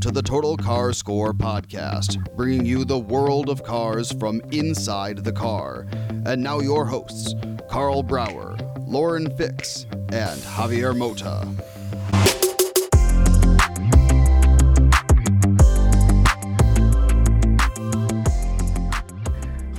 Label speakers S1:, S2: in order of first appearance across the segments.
S1: to the Total Car Score podcast, bringing you the world of cars from inside the car. And now, your hosts, Carl Brower, Lauren Fix, and Javier Mota.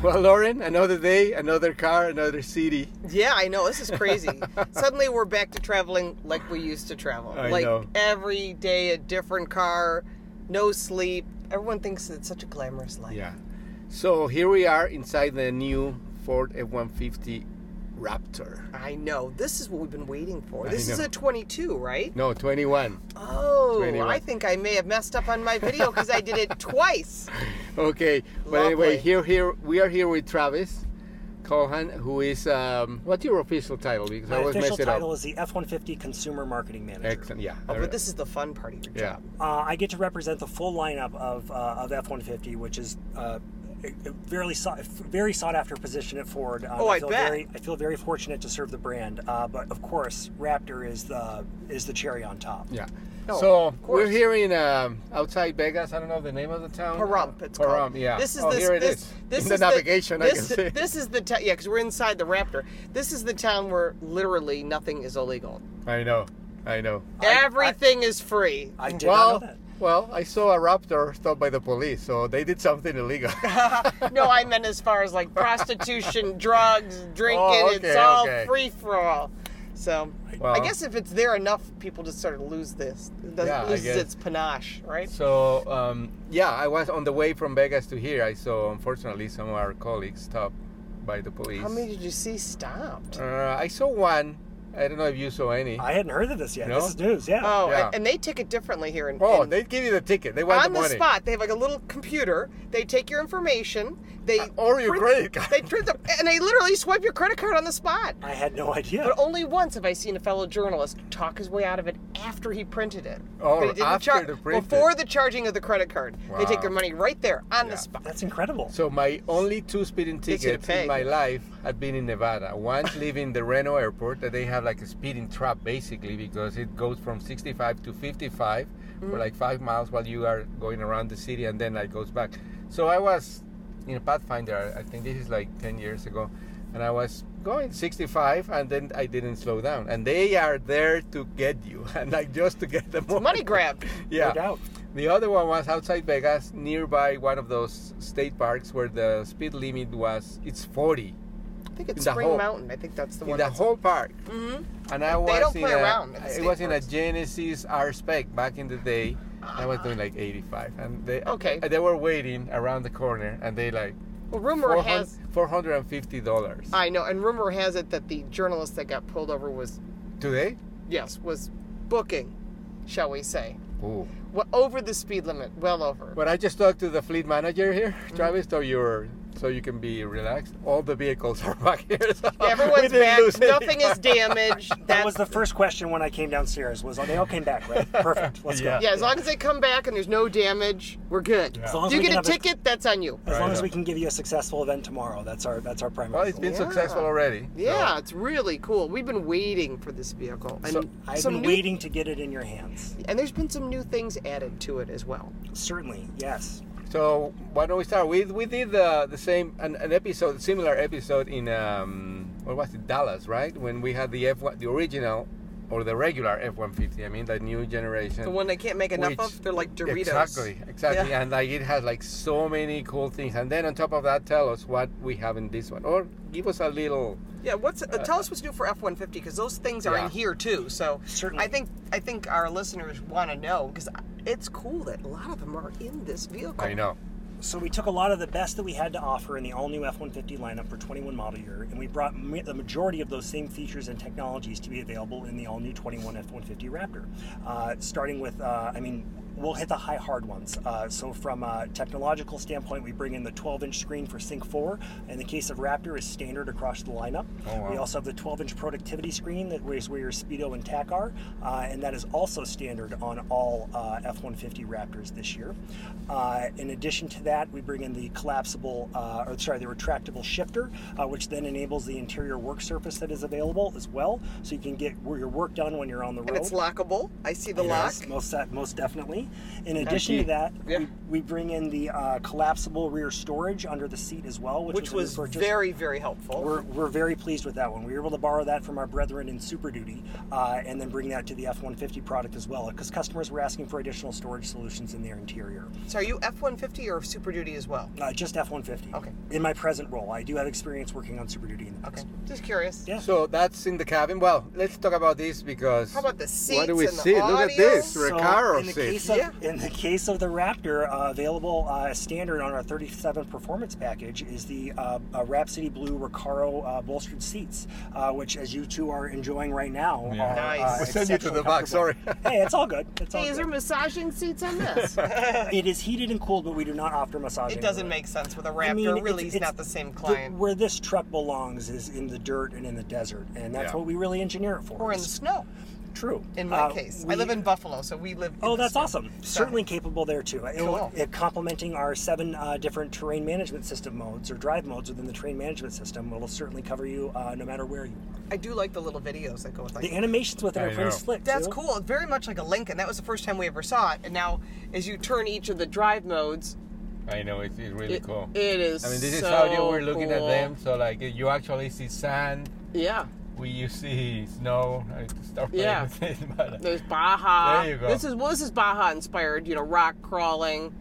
S2: Well, Lauren, another day, another car, another city.
S3: Yeah, I know. This is crazy. Suddenly we're back to traveling like we used to travel.
S2: I
S3: like
S2: know.
S3: every day a different car, no sleep. Everyone thinks it's such a glamorous life.
S2: Yeah. So here we are inside the new Ford F-150 Raptor.
S3: I know. This is what we've been waiting for.
S2: I
S3: This is
S2: know.
S3: a 22, right?
S2: No, 21.
S3: Oh,
S2: 21.
S3: I think I may have messed up on my video because I did it twice.
S2: Okay. But anyway,
S3: Lovely.
S2: here, here we are here with Travis Cohan, who is um, what's your official title? Because I
S4: My
S2: always
S4: official
S2: mess it
S4: title
S2: up.
S4: is the F-150 Consumer Marketing Manager.
S2: Excellent. Yeah.
S3: Oh, but this is the fun part of your
S2: yeah.
S3: job.
S4: Uh, I get to represent the full lineup of, uh, of F-150, which is uh, a a very sought, very sought after position at Ford. Um,
S3: Oh, I
S4: feel
S3: bet.
S4: Very, I feel very fortunate to serve the brand, uh, but of course, Raptor is the is the cherry on top.
S2: Yeah.
S3: No,
S2: so
S3: of course.
S2: we're here in um, outside Vegas. I don't know the name of the town.
S3: Pahrump, it's
S2: Pahrump,
S3: called.
S2: yeah.
S3: This is
S2: oh,
S3: this,
S2: here it
S3: this,
S2: is.
S3: This
S2: in
S3: is
S2: the navigation,
S3: The, this,
S2: I can see.
S3: this is the town. yeah, because we're inside the Raptor. This is the town where literally nothing is illegal.
S2: I know. I know.
S3: Everything is free.
S4: I did
S2: well,
S4: not know that.
S2: well, I saw a raptor stopped by the police, so they did something illegal.
S3: no, I meant as far as like prostitution, drugs, drinking.
S2: Oh,
S3: it's
S2: okay,
S3: all
S2: okay.
S3: free for all. So I
S2: Well-
S3: guess if it's there enough, people just sort of lose this. It does-
S2: Yeah, I
S3: loses
S2: guess.
S3: its panache, right?
S2: so um, yeah, I was on the way from Vegas to here. I saw, unfortunately, some of our colleagues stopped by the police.
S3: How many did you see stopped?
S2: Uh, I saw one. I don't know if you saw any.
S4: I hadn't heard of this yet.
S2: No?
S4: This is news. Yeah.
S3: oh,
S2: yeah.
S3: and they tick it differently here in.
S2: oh,
S3: in-
S2: they give you the ticket. They want the
S3: on the
S2: money.
S3: spot, they have like a little computer. They take your information. They
S2: or your
S3: print-
S2: credit card.
S3: They print the, and they literally swipe your credit card on the spot.
S4: I had no idea.
S3: But oh, only once have I seen a fellow journalist talk his way out of it after he printed it.
S2: Oh,
S3: They didn't
S2: after
S3: char-
S2: the print
S3: before
S2: it.
S3: the charging of the credit card. They take their
S2: Wow.
S3: money right there on
S2: Yeah.
S3: the spot.
S4: That's incredible.
S2: So my only two speeding
S3: They should've
S2: tickets in
S3: paid.
S2: my life had been in Nevada. One leaving the Reno airport that they have like a speeding trap basically because it goes from 65 to 55 for like five miles while you are going around the city and then like goes back. So I was in a Pathfinder. I think this is like 10 years ago, and I was going 65 and then I didn't slow down. And they are there to get you and like just to get the money.
S3: Money grab.
S2: Yeah.
S4: No doubt.
S2: The other one was outside Vegas, nearby one of those state parks where the speed limit was it's 40
S3: I think it's
S2: The
S3: Spring
S2: whole-
S3: Mountain. I think that's the
S2: in
S3: one.
S2: the
S3: that's-
S2: whole park. And I was
S3: Mm-hmm. don't
S2: in
S3: play
S2: a,
S3: around at the
S2: I- it
S3: state
S2: was in a
S3: parks.
S2: Genesis R Spec back in the day. and I was doing like 85, and they
S3: Okay.
S2: and they were waiting around the corner, and they like
S3: well, rumor
S2: 400,
S3: has. Uh,
S2: 450 dollars
S3: I know, and rumor has it that the journalist that got pulled over was,
S2: today.
S3: yes, was booking, shall we say,
S2: Ooh.
S3: well, over the speed limit, well over.
S2: But I just talked to the fleet manager here,
S3: Mm-hmm.
S2: Travis, so you're so you can be relaxed. All the vehicles are back here. So we
S3: Everyone's
S2: didn't
S3: back.
S2: lose any
S3: Nothing is damaged.
S4: That
S3: That's
S4: was the first question when I came downstairs. Was oh, they all came back right? Perfect. Let's
S2: Yeah.
S4: go.
S3: Yeah, as long as they come back and there's no damage, we're good.
S4: As long as
S3: You
S4: we
S3: get
S4: can
S3: a
S4: have a-
S3: ticket, that's on you.
S4: As long
S2: Right.
S4: as we can give you a successful event tomorrow, that's our that's our primary.
S2: Well, it's
S4: goal.
S2: been
S3: Yeah.
S2: successful already. so-
S3: Yeah, it's really cool. We've been waiting for this vehicle, and
S2: So,
S4: I've
S3: some
S4: been
S3: new,
S4: waiting to get it in your hands.
S3: And there's been some new things added to it as well.
S4: Certainly, yes.
S2: So why don't we start? We we did the the same an, an episode, similar episode in um what was it Dallas, right? When we had the F one, the original or the regular F one fifty. I mean the new generation.
S3: The one they can't make enough
S2: which-
S3: of, they're like Doritos.
S2: Exactly, exactly.
S3: Yeah.
S2: And like it has like so many cool things. And then on top of that, tell us what we have in this one, or give us a little.
S3: Yeah. What's uh, tell us what's new for F-150 because those things are
S2: Yeah.
S3: in here too. So
S4: Certainly.
S3: I think I think our listeners want to know because it's cool that a lot of them are in this vehicle.
S2: I know.
S4: So we took a lot of the best that we had to offer in the all-new F-150 lineup for 21 model year, and we brought ma- the majority of those same features and technologies to be available in the all-new 21 F-150 Raptor. Uh, starting with, uh, I mean, we'll hit the high hard ones. Uh, so from a technological standpoint, we bring in the 12-inch screen for Sync 4. In the case of Raptor, is standard across the lineup.
S2: Oh, wow.
S4: We also have the 12-inch productivity screen that is where your speedo and tac are, uh, and that is also standard on all uh, F-150 Raptors this year. Uh, in addition to that, we bring in the collapsible, uh, or sorry, the retractable shifter, uh, which then enables the interior work surface that is available as well, so you can get your work done when you're on the road.
S3: And it's lockable. I see the
S4: Yes,
S3: lock.
S4: most, most definitely. family. In addition to
S2: key.
S4: that,
S3: Yeah.
S4: we, we bring in the uh, collapsible rear storage under the seat as well, which,
S3: which
S4: a new
S3: was
S4: purchase.
S3: very, very helpful.
S4: We're, we're very pleased with that one. We were able to borrow that from our brethren in Super Duty uh, and then bring that to the F 150 product as well because customers were asking for additional storage solutions in their interior.
S3: so are you F one fifty or Super Duty as well?
S4: Uh, just F 150.
S3: Okay.
S4: In my present role, I do have experience working on Super Duty in the past.
S3: Okay, just curious.
S4: Yeah.
S2: So that's in the cabin. Well, let's talk about this because
S3: How about the seats
S2: What do we
S3: and the
S2: see? Look at
S3: audio?
S2: this
S4: So,
S2: Recaro
S4: in the
S2: seat.
S4: case of
S3: Yeah.
S4: in the case of the Raptor, uh, available uh, standard on our 37 performance package is the uh, uh, Rhapsody Blue Recaro uh, bolstered seats, uh, which as you two are enjoying right now.
S2: Yeah.
S4: Are,
S3: Nice.
S4: uh,
S3: We'll
S2: send you to
S4: exceptionally
S2: the back,
S4: comfortable. hey, it's all good. It's all
S5: Hey, is there
S4: good.
S5: massaging seats on this?
S4: It is heated and cooled, but we do not offer massaging.
S3: It doesn't
S4: over
S3: make sense with a Raptor.
S4: I mean, it's-
S3: really, he's
S4: it's-
S3: not the same client.
S4: where this truck belongs is in the dirt and in the desert, and that's
S2: Yeah.
S4: what we really engineer it for.
S3: or in the
S4: It's
S3: snow,
S4: true.
S3: in my
S4: Uh,
S3: case. I
S4: we-
S3: live in Buffalo, so we live. in
S4: Oh,
S3: the
S4: that's
S3: snow.
S4: awesome.
S3: So-
S4: Certainly capable there too. It-
S3: Cool.
S4: It, complementing our seven uh, different terrain management system modes or drive modes within the terrain management system will certainly cover you uh, no matter where you are.
S3: I do like the little videos that go with like.
S4: The animations with it
S2: I
S4: are
S2: know.
S4: pretty slick.
S3: that's
S4: too.
S3: cool. It's very much like a Lincoln. That was the first time we ever saw it, and now as you turn each of the drive modes,
S2: I know it's, it's really
S5: It-
S2: cool.
S5: it is.
S2: I mean, this is
S5: so
S2: how you were looking at
S5: cool.
S2: them. So like, you actually see sand.
S5: Yeah,
S2: We you see snow. I start playing
S5: Yeah.
S2: with it, but-
S5: there's Baja.
S2: There you go.
S5: This is well, this is Baja inspired. You know, rock crawling.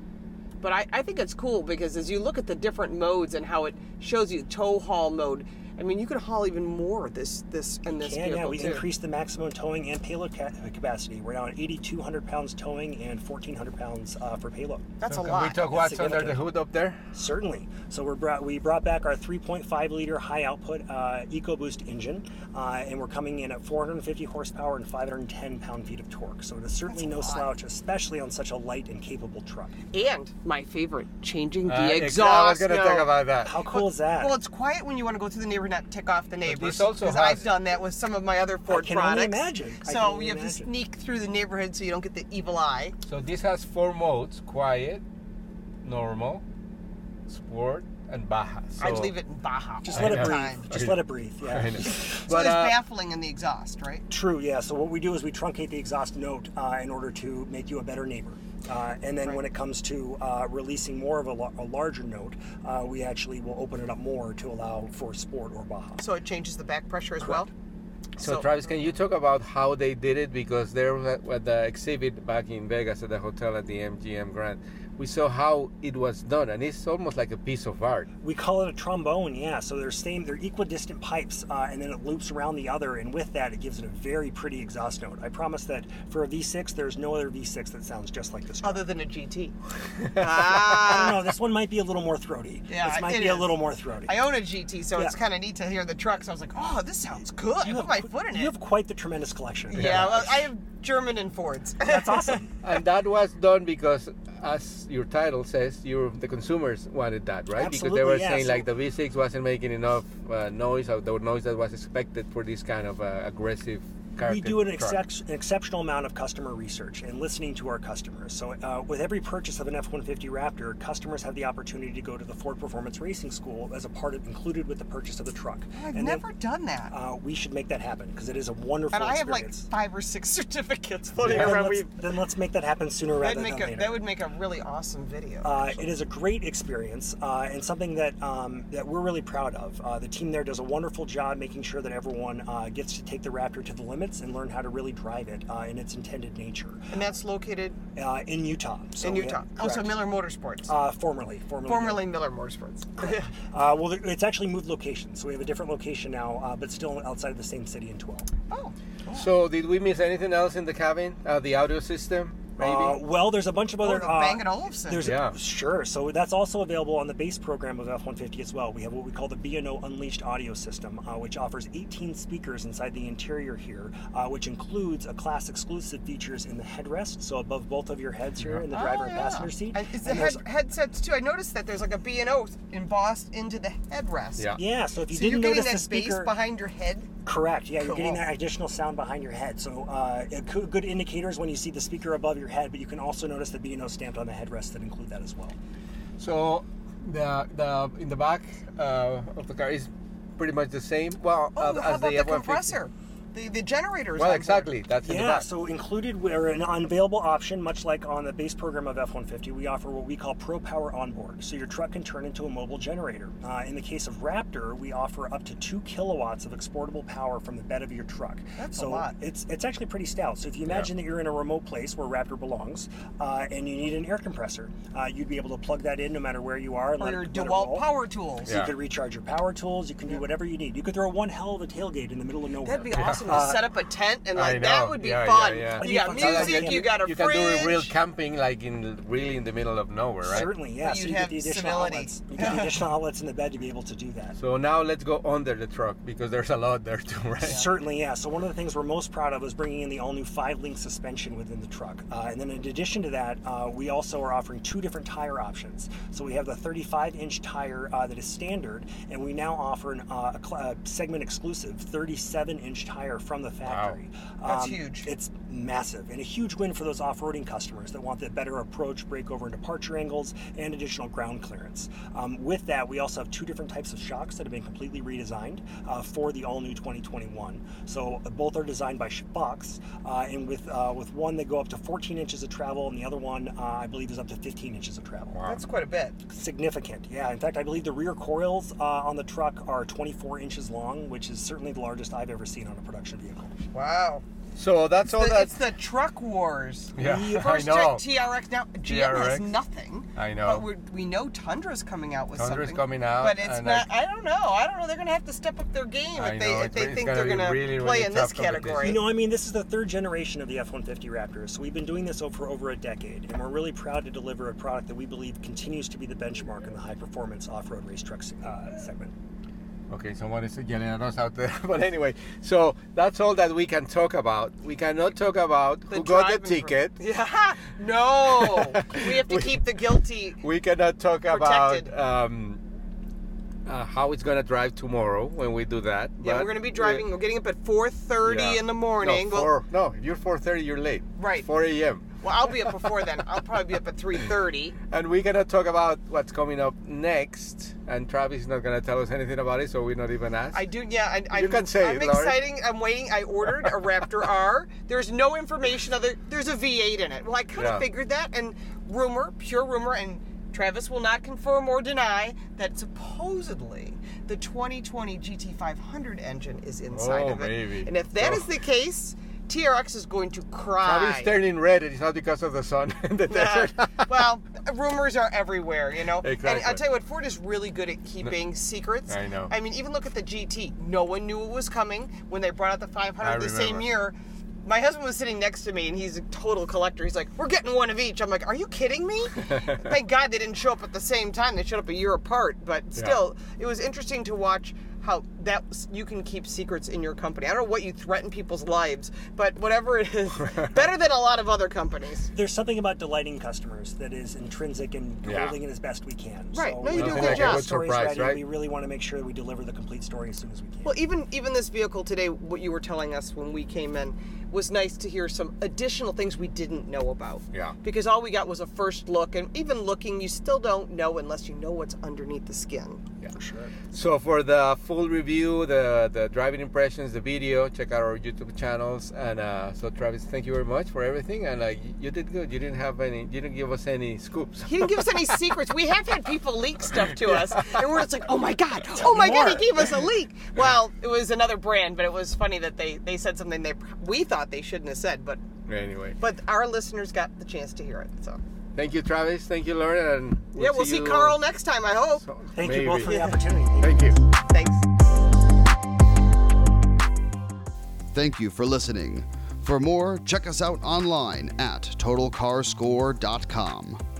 S5: But I, I think it's cool because as you look at the different modes and how it shows you tow haul mode, I mean, you can haul even more this this and this
S4: And
S5: vehicle
S4: yeah, we
S5: too.
S4: increased the maximum towing and payload ca- uh, capacity. We're now at 8,200 pounds towing and 1,400 pounds uh, for payload.
S3: that's
S2: So
S3: a
S2: can
S3: lot.
S2: we talk what's under
S4: significant.
S2: the hood up there?
S4: Certainly. So we brought we brought back our 3.5 liter high output uh, EcoBoost engine, uh, and we're coming in at 450 horsepower and 510 pound feet of torque. So it is certainly no slouch, especially on such a light and capable truck.
S5: and my favorite, changing the
S2: Uh, ex-
S5: exhaust.
S2: I was gonna
S5: no.
S2: talk about that.
S4: How cool is that?
S3: Well, it's quiet when you want to go through the neighbor, not tick off the neighbors.
S2: also
S3: Because
S2: has-
S3: I've done that with some of my other Ford
S4: can only
S3: products.
S4: imagine. I
S3: So
S4: can only
S3: you have to
S4: imagine.
S3: sneak through the neighborhood so you don't get the evil eye.
S2: So this has four modes: quiet, normal, sport, and Baja. So,
S3: I'd leave it in Baja.
S4: just
S2: I
S4: let it
S2: know.
S4: breathe.
S3: Time.
S4: Just
S2: Okay.
S4: let it breathe.
S2: I
S4: Yeah.
S2: know.
S3: So
S2: But
S3: there's
S2: uh,
S3: baffling in the exhaust, right?
S4: True. Yeah. So what we do is we truncate the exhaust note uh, in order to make you a better neighbor. Uh, and then when it comes to uh, releasing more of a, la- a larger note, uh, we actually will open it up more to allow for sport or Baja.
S3: So it changes the back pressure as well.
S2: So, Travis, can you talk about how they did it? Because there was at- at the exhibit back in Vegas at the hotel at the MGM Grand, we saw how it was done, and it's almost like a piece of art.
S4: We call it a trombone, yeah. So they're same, they're equidistant pipes, uh, and then it loops around the other, and with that, it gives it a very pretty exhaust note. I promise that for a V6, there's no other V6 that sounds just like this. Truck.
S3: other than a GT.
S4: I
S3: ah,
S4: don't know. This one might be a little more throaty.
S3: Yeah,
S4: this might
S3: it
S4: be a
S3: is.
S4: little more throaty.
S3: I own a GT, so it's
S4: Yeah.
S3: kind of neat to hear the truck. So I was like, oh, this sounds good. I
S4: You
S3: put
S4: have
S3: my
S4: qu-
S3: foot in
S4: You
S3: it.
S4: have quite the tremendous collection.
S3: Yeah, well, I have German and Fords.
S4: that's awesome.
S2: and that was done because, as your title says, you the consumers wanted that, right? because
S4: Absolutely,
S2: they were
S4: yeah.
S2: saying
S4: So-
S2: like the V6 wasn't making enough uh, noise, or the noise that was expected for this kind of uh, aggressive.
S4: we
S2: character
S4: do an,
S2: truck.
S4: excep- an exceptional amount of customer research and listening to our customers. So, uh, with every purchase of an F 150 Raptor, customers have the opportunity to go to the Ford Performance Racing School as a part of included with the purchase of the truck.
S3: I've
S4: And then,
S3: never done that.
S4: uh, we should make that happen because it is a wonderful
S3: and I have like
S4: experience.
S3: five or six certificates floating
S4: then,
S3: around.
S4: let's,
S3: We've-
S4: then let's make that happen sooner
S3: That'd
S4: rather
S3: make
S4: than
S3: a,
S4: later.
S3: that would make a really awesome video.
S4: Uh, it is a great experience uh, and something that um, that we're really proud of. Uh, the team there does a wonderful job making sure that everyone uh, gets to take the Raptor to the limits and learn how to really drive it uh, in its intended nature.
S3: and that's located
S4: uh, in Utah. So
S3: in
S4: we-
S3: Utah. oh, so
S4: correct.
S3: Miller Motorsports.
S4: Uh, formerly, formerly.
S3: Formerly Miller Motorsports.
S4: Uh, well, it's actually moved location, so we have a different location now, uh, but still outside of the same city in 12.
S3: oh,
S2: So, did we miss anything else in the cabin? Uh, the audio system, maybe.
S4: Uh, well, there's a bunch of other.
S3: the
S4: uh,
S3: Bang & Olufsen.
S4: There's
S2: Yeah.
S4: sure. So that's also available on the base program of F-150 as well. We have what we call the B&O Unleashed audio system, uh, which offers 18 speakers inside the interior here, uh, which includes a class exclusive features in the headrest, so above both of your heads here in the driver
S3: Oh,
S4: and
S3: yeah.
S4: passenger seat.
S3: And it's the
S4: And there's-
S3: head, headsets too. I noticed that there's like a B and O embossed into the headrest.
S2: Yeah.
S4: yeah. So if you
S3: So you're
S4: didn't
S3: getting
S4: notice
S3: that
S4: the speaker
S3: space behind your head.
S4: Correct. Yeah, you're getting
S3: Cool.
S4: that additional sound behind your head. So uh, a coo- good indicators when you see the speaker above your head, but you can also notice the B&O stamped on the headrest that include that as well.
S2: So the the in the back uh, of the car is pretty much the same. Well,
S3: Oh,
S2: uh,
S3: how
S2: as
S3: about
S2: the
S3: the
S2: F-150.
S3: compressor?
S6: the, the generators.
S2: Well,
S6: on board.
S2: exactly. That's in the
S4: Yeah,
S2: back.
S4: so included where an unavailable option, much like on the base program of F-150, we offer what we call Pro Power Onboard. So your truck can turn into a mobile generator. Uh, in the case of Raptor, we offer up to two kilowatts of exportable power from the bed of your truck.
S6: That's a
S4: so
S6: lot.
S4: It's it's actually pretty stout. So if you imagine that you're in a remote place where Raptor belongs, uh, and you need an air compressor, uh, you'd be able to plug that in no matter where you are. And
S6: Or
S4: let
S6: your
S4: it, let it
S6: DeWalt
S4: roll.
S6: power tools.
S4: So
S2: Yeah.
S4: you could recharge your power tools. You can do whatever you need. You could throw one hell of a tailgate in the middle of nowhere.
S6: That'd be awesome to
S4: Uh,
S6: set up a tent and
S2: I
S6: like that
S2: know.
S6: would be
S2: Yeah,
S6: fun.
S2: yeah, yeah.
S6: You got
S4: That'd be fun.
S6: music,
S4: Yeah,
S6: you got a
S2: you
S6: fridge.
S2: can do real camping, like in really in the middle of nowhere, right?
S4: Certainly, yeah.
S6: But
S4: So
S6: you'd
S4: you
S6: have
S4: get the additional
S6: stability.
S4: outlets. You get the additional outlets in the bed to be able to do that.
S2: So now let's go under the truck because there's a lot there too, right?
S4: Certainly, yeah. So one of the things we're most proud of is bringing in the all-new five-link suspension within the truck. Uh, and then in addition to that, uh, we also are offering two different tire options. So we have the 35-inch tire uh, that is standard, and we now offer an, uh, a, cl- a segment-exclusive 37-inch tire from the factory. Uh,
S6: That's huge.
S4: Um, It's massive and a huge win for those off-roading customers that want the better approach, breakover and departure angles, and additional ground clearance. Um, with that, we also have two different types of shocks that have been completely redesigned uh, for the all-new 2021. So uh, both are designed by Fox, uh, and with uh, with one they go up to 14 inches of travel, and the other one uh, I believe is up to 15 inches of travel.
S6: That's quite a bit.
S4: Significant, yeah. In fact, I believe the rear coils uh, on the truck are 24 inches long, which is certainly the largest I've ever seen on a production vehicle.
S6: Wow.
S2: So that's all
S6: The-
S2: that.
S6: it's the truck wars.
S2: Yeah,
S6: The
S2: I
S6: first
S2: know.
S6: truck TRX now GM has
S2: TRX.
S6: nothing.
S2: I know.
S6: But we're, we know Tundra's coming out with
S2: Tundra's
S6: something.
S2: coming out,
S6: But it's
S2: and
S6: not. I don't know. I don't know. They're going to have to step up their game
S2: I
S6: if they
S2: know,
S6: if
S2: it's-
S6: they
S2: it's
S6: think
S2: gonna
S6: they're
S2: be
S6: going to
S2: really,
S6: play
S2: really
S6: in this
S2: tough competition.
S6: category.
S4: You know, I mean, this is the third generation of the F 150 Raptor, so we've been doing this over- for over a decade, and we're really proud to deliver a product that we believe continues to be the benchmark in the high performance off road race truck se- uh, segment.
S2: Okay, someone is yelling at us out there. But anyway, so that's all that we can talk about. We cannot talk about
S3: The
S2: who got the
S3: driving for-
S2: ticket.
S3: Yeah. No. we have to keep the guilty.
S2: We cannot talk
S3: Protected.
S2: about um, uh, how it's gonna drive tomorrow when we do that.
S3: Yeah, we're
S2: but
S3: gonna be driving. We're getting up at 4:30
S2: yeah.
S3: in the morning.
S2: No,
S3: Well-
S2: four, no, if you're 4:30, you're late.
S3: Right.
S2: 4 a.m.
S3: Well, I'll be up before then. I'll probably be up at 3:30.
S2: And we're gonna talk about what's coming up next. And Travis is not gonna tell us anything about it, so we're not even asked.
S3: I do. Yeah, I, I'm,
S2: can say
S3: I'm
S2: it, Laurie.
S3: exciting. I'm waiting. I ordered a Raptor R. There's no information other. There's a V8 in it. Well, I kind of
S2: Yeah.
S3: figured that. And rumor, pure rumor, and Travis will not confirm or deny that supposedly the 2020 GT500 engine is inside
S2: Oh,
S3: of it.
S2: maybe.
S3: And if that
S2: So-
S3: is the case, TRX is going to
S2: Travis
S3: cry.
S2: turning red, and it's not because of the sun in the
S3: Yeah.
S2: desert.
S3: well, rumors are everywhere, you know. And I'll
S2: Exactly.
S3: tell you what, Ford is really good at keeping secrets.
S2: I know.
S3: I mean, even look at the GT. No one knew it was coming when they brought out the 500
S2: I
S3: the same
S2: remember.
S3: year. My husband was sitting next to me, and he's a total collector. He's like, "We're getting one of each." I'm like, "Are you kidding me?" Thank God they didn't show up at the same time. They showed up a year apart, but still, it was interesting to watch how that you can keep secrets in your company. I don't know what you threaten people's lives, but whatever it is, better than a lot of other companies.
S4: There's something about delighting customers that is intrinsic and
S2: Yeah.
S4: holding it as best we can.
S3: Right.
S4: So
S3: No, you
S4: we
S3: do a
S4: have
S3: good
S4: all the
S3: job.
S4: stories
S2: Surprise,
S4: ready.
S2: right?
S4: We really want to make sure that we deliver the complete story as soon as we can.
S3: Well, even even this vehicle today, what you were telling us when we came in, was nice to hear some additional things we didn't know about.
S2: Yeah.
S3: Because all we got was a first look, and even looking, you still don't know unless you know what's underneath the skin.
S2: Yeah. So for the full review, the the driving impressions, the video, check out our YouTube channels. And uh, so Travis, thank you very much for everything. And uh, you- you did good. You didn't have any. You didn't give us any scoops.
S3: He didn't give us any secrets. We have had people leak stuff to us, and we're just like, oh my god, oh my god, he
S4: more."
S3: gave us a leak. Well, it was another brand, but it was funny that they they said something they pr- we thought they shouldn't have said, but
S2: Anyway,
S3: but our listeners got the chance to hear it. So
S2: thank you, Travis. Thank you, Lauren. And
S3: yeah, we'll see
S2: you-
S3: Carl next time. I hope.
S2: So-
S4: Thank you both
S2: maybe.
S4: for the opportunity. Thank you.
S2: Thank you.
S3: Thanks.
S1: Thank you for listening. For more, check us out online at totalcarscore.com.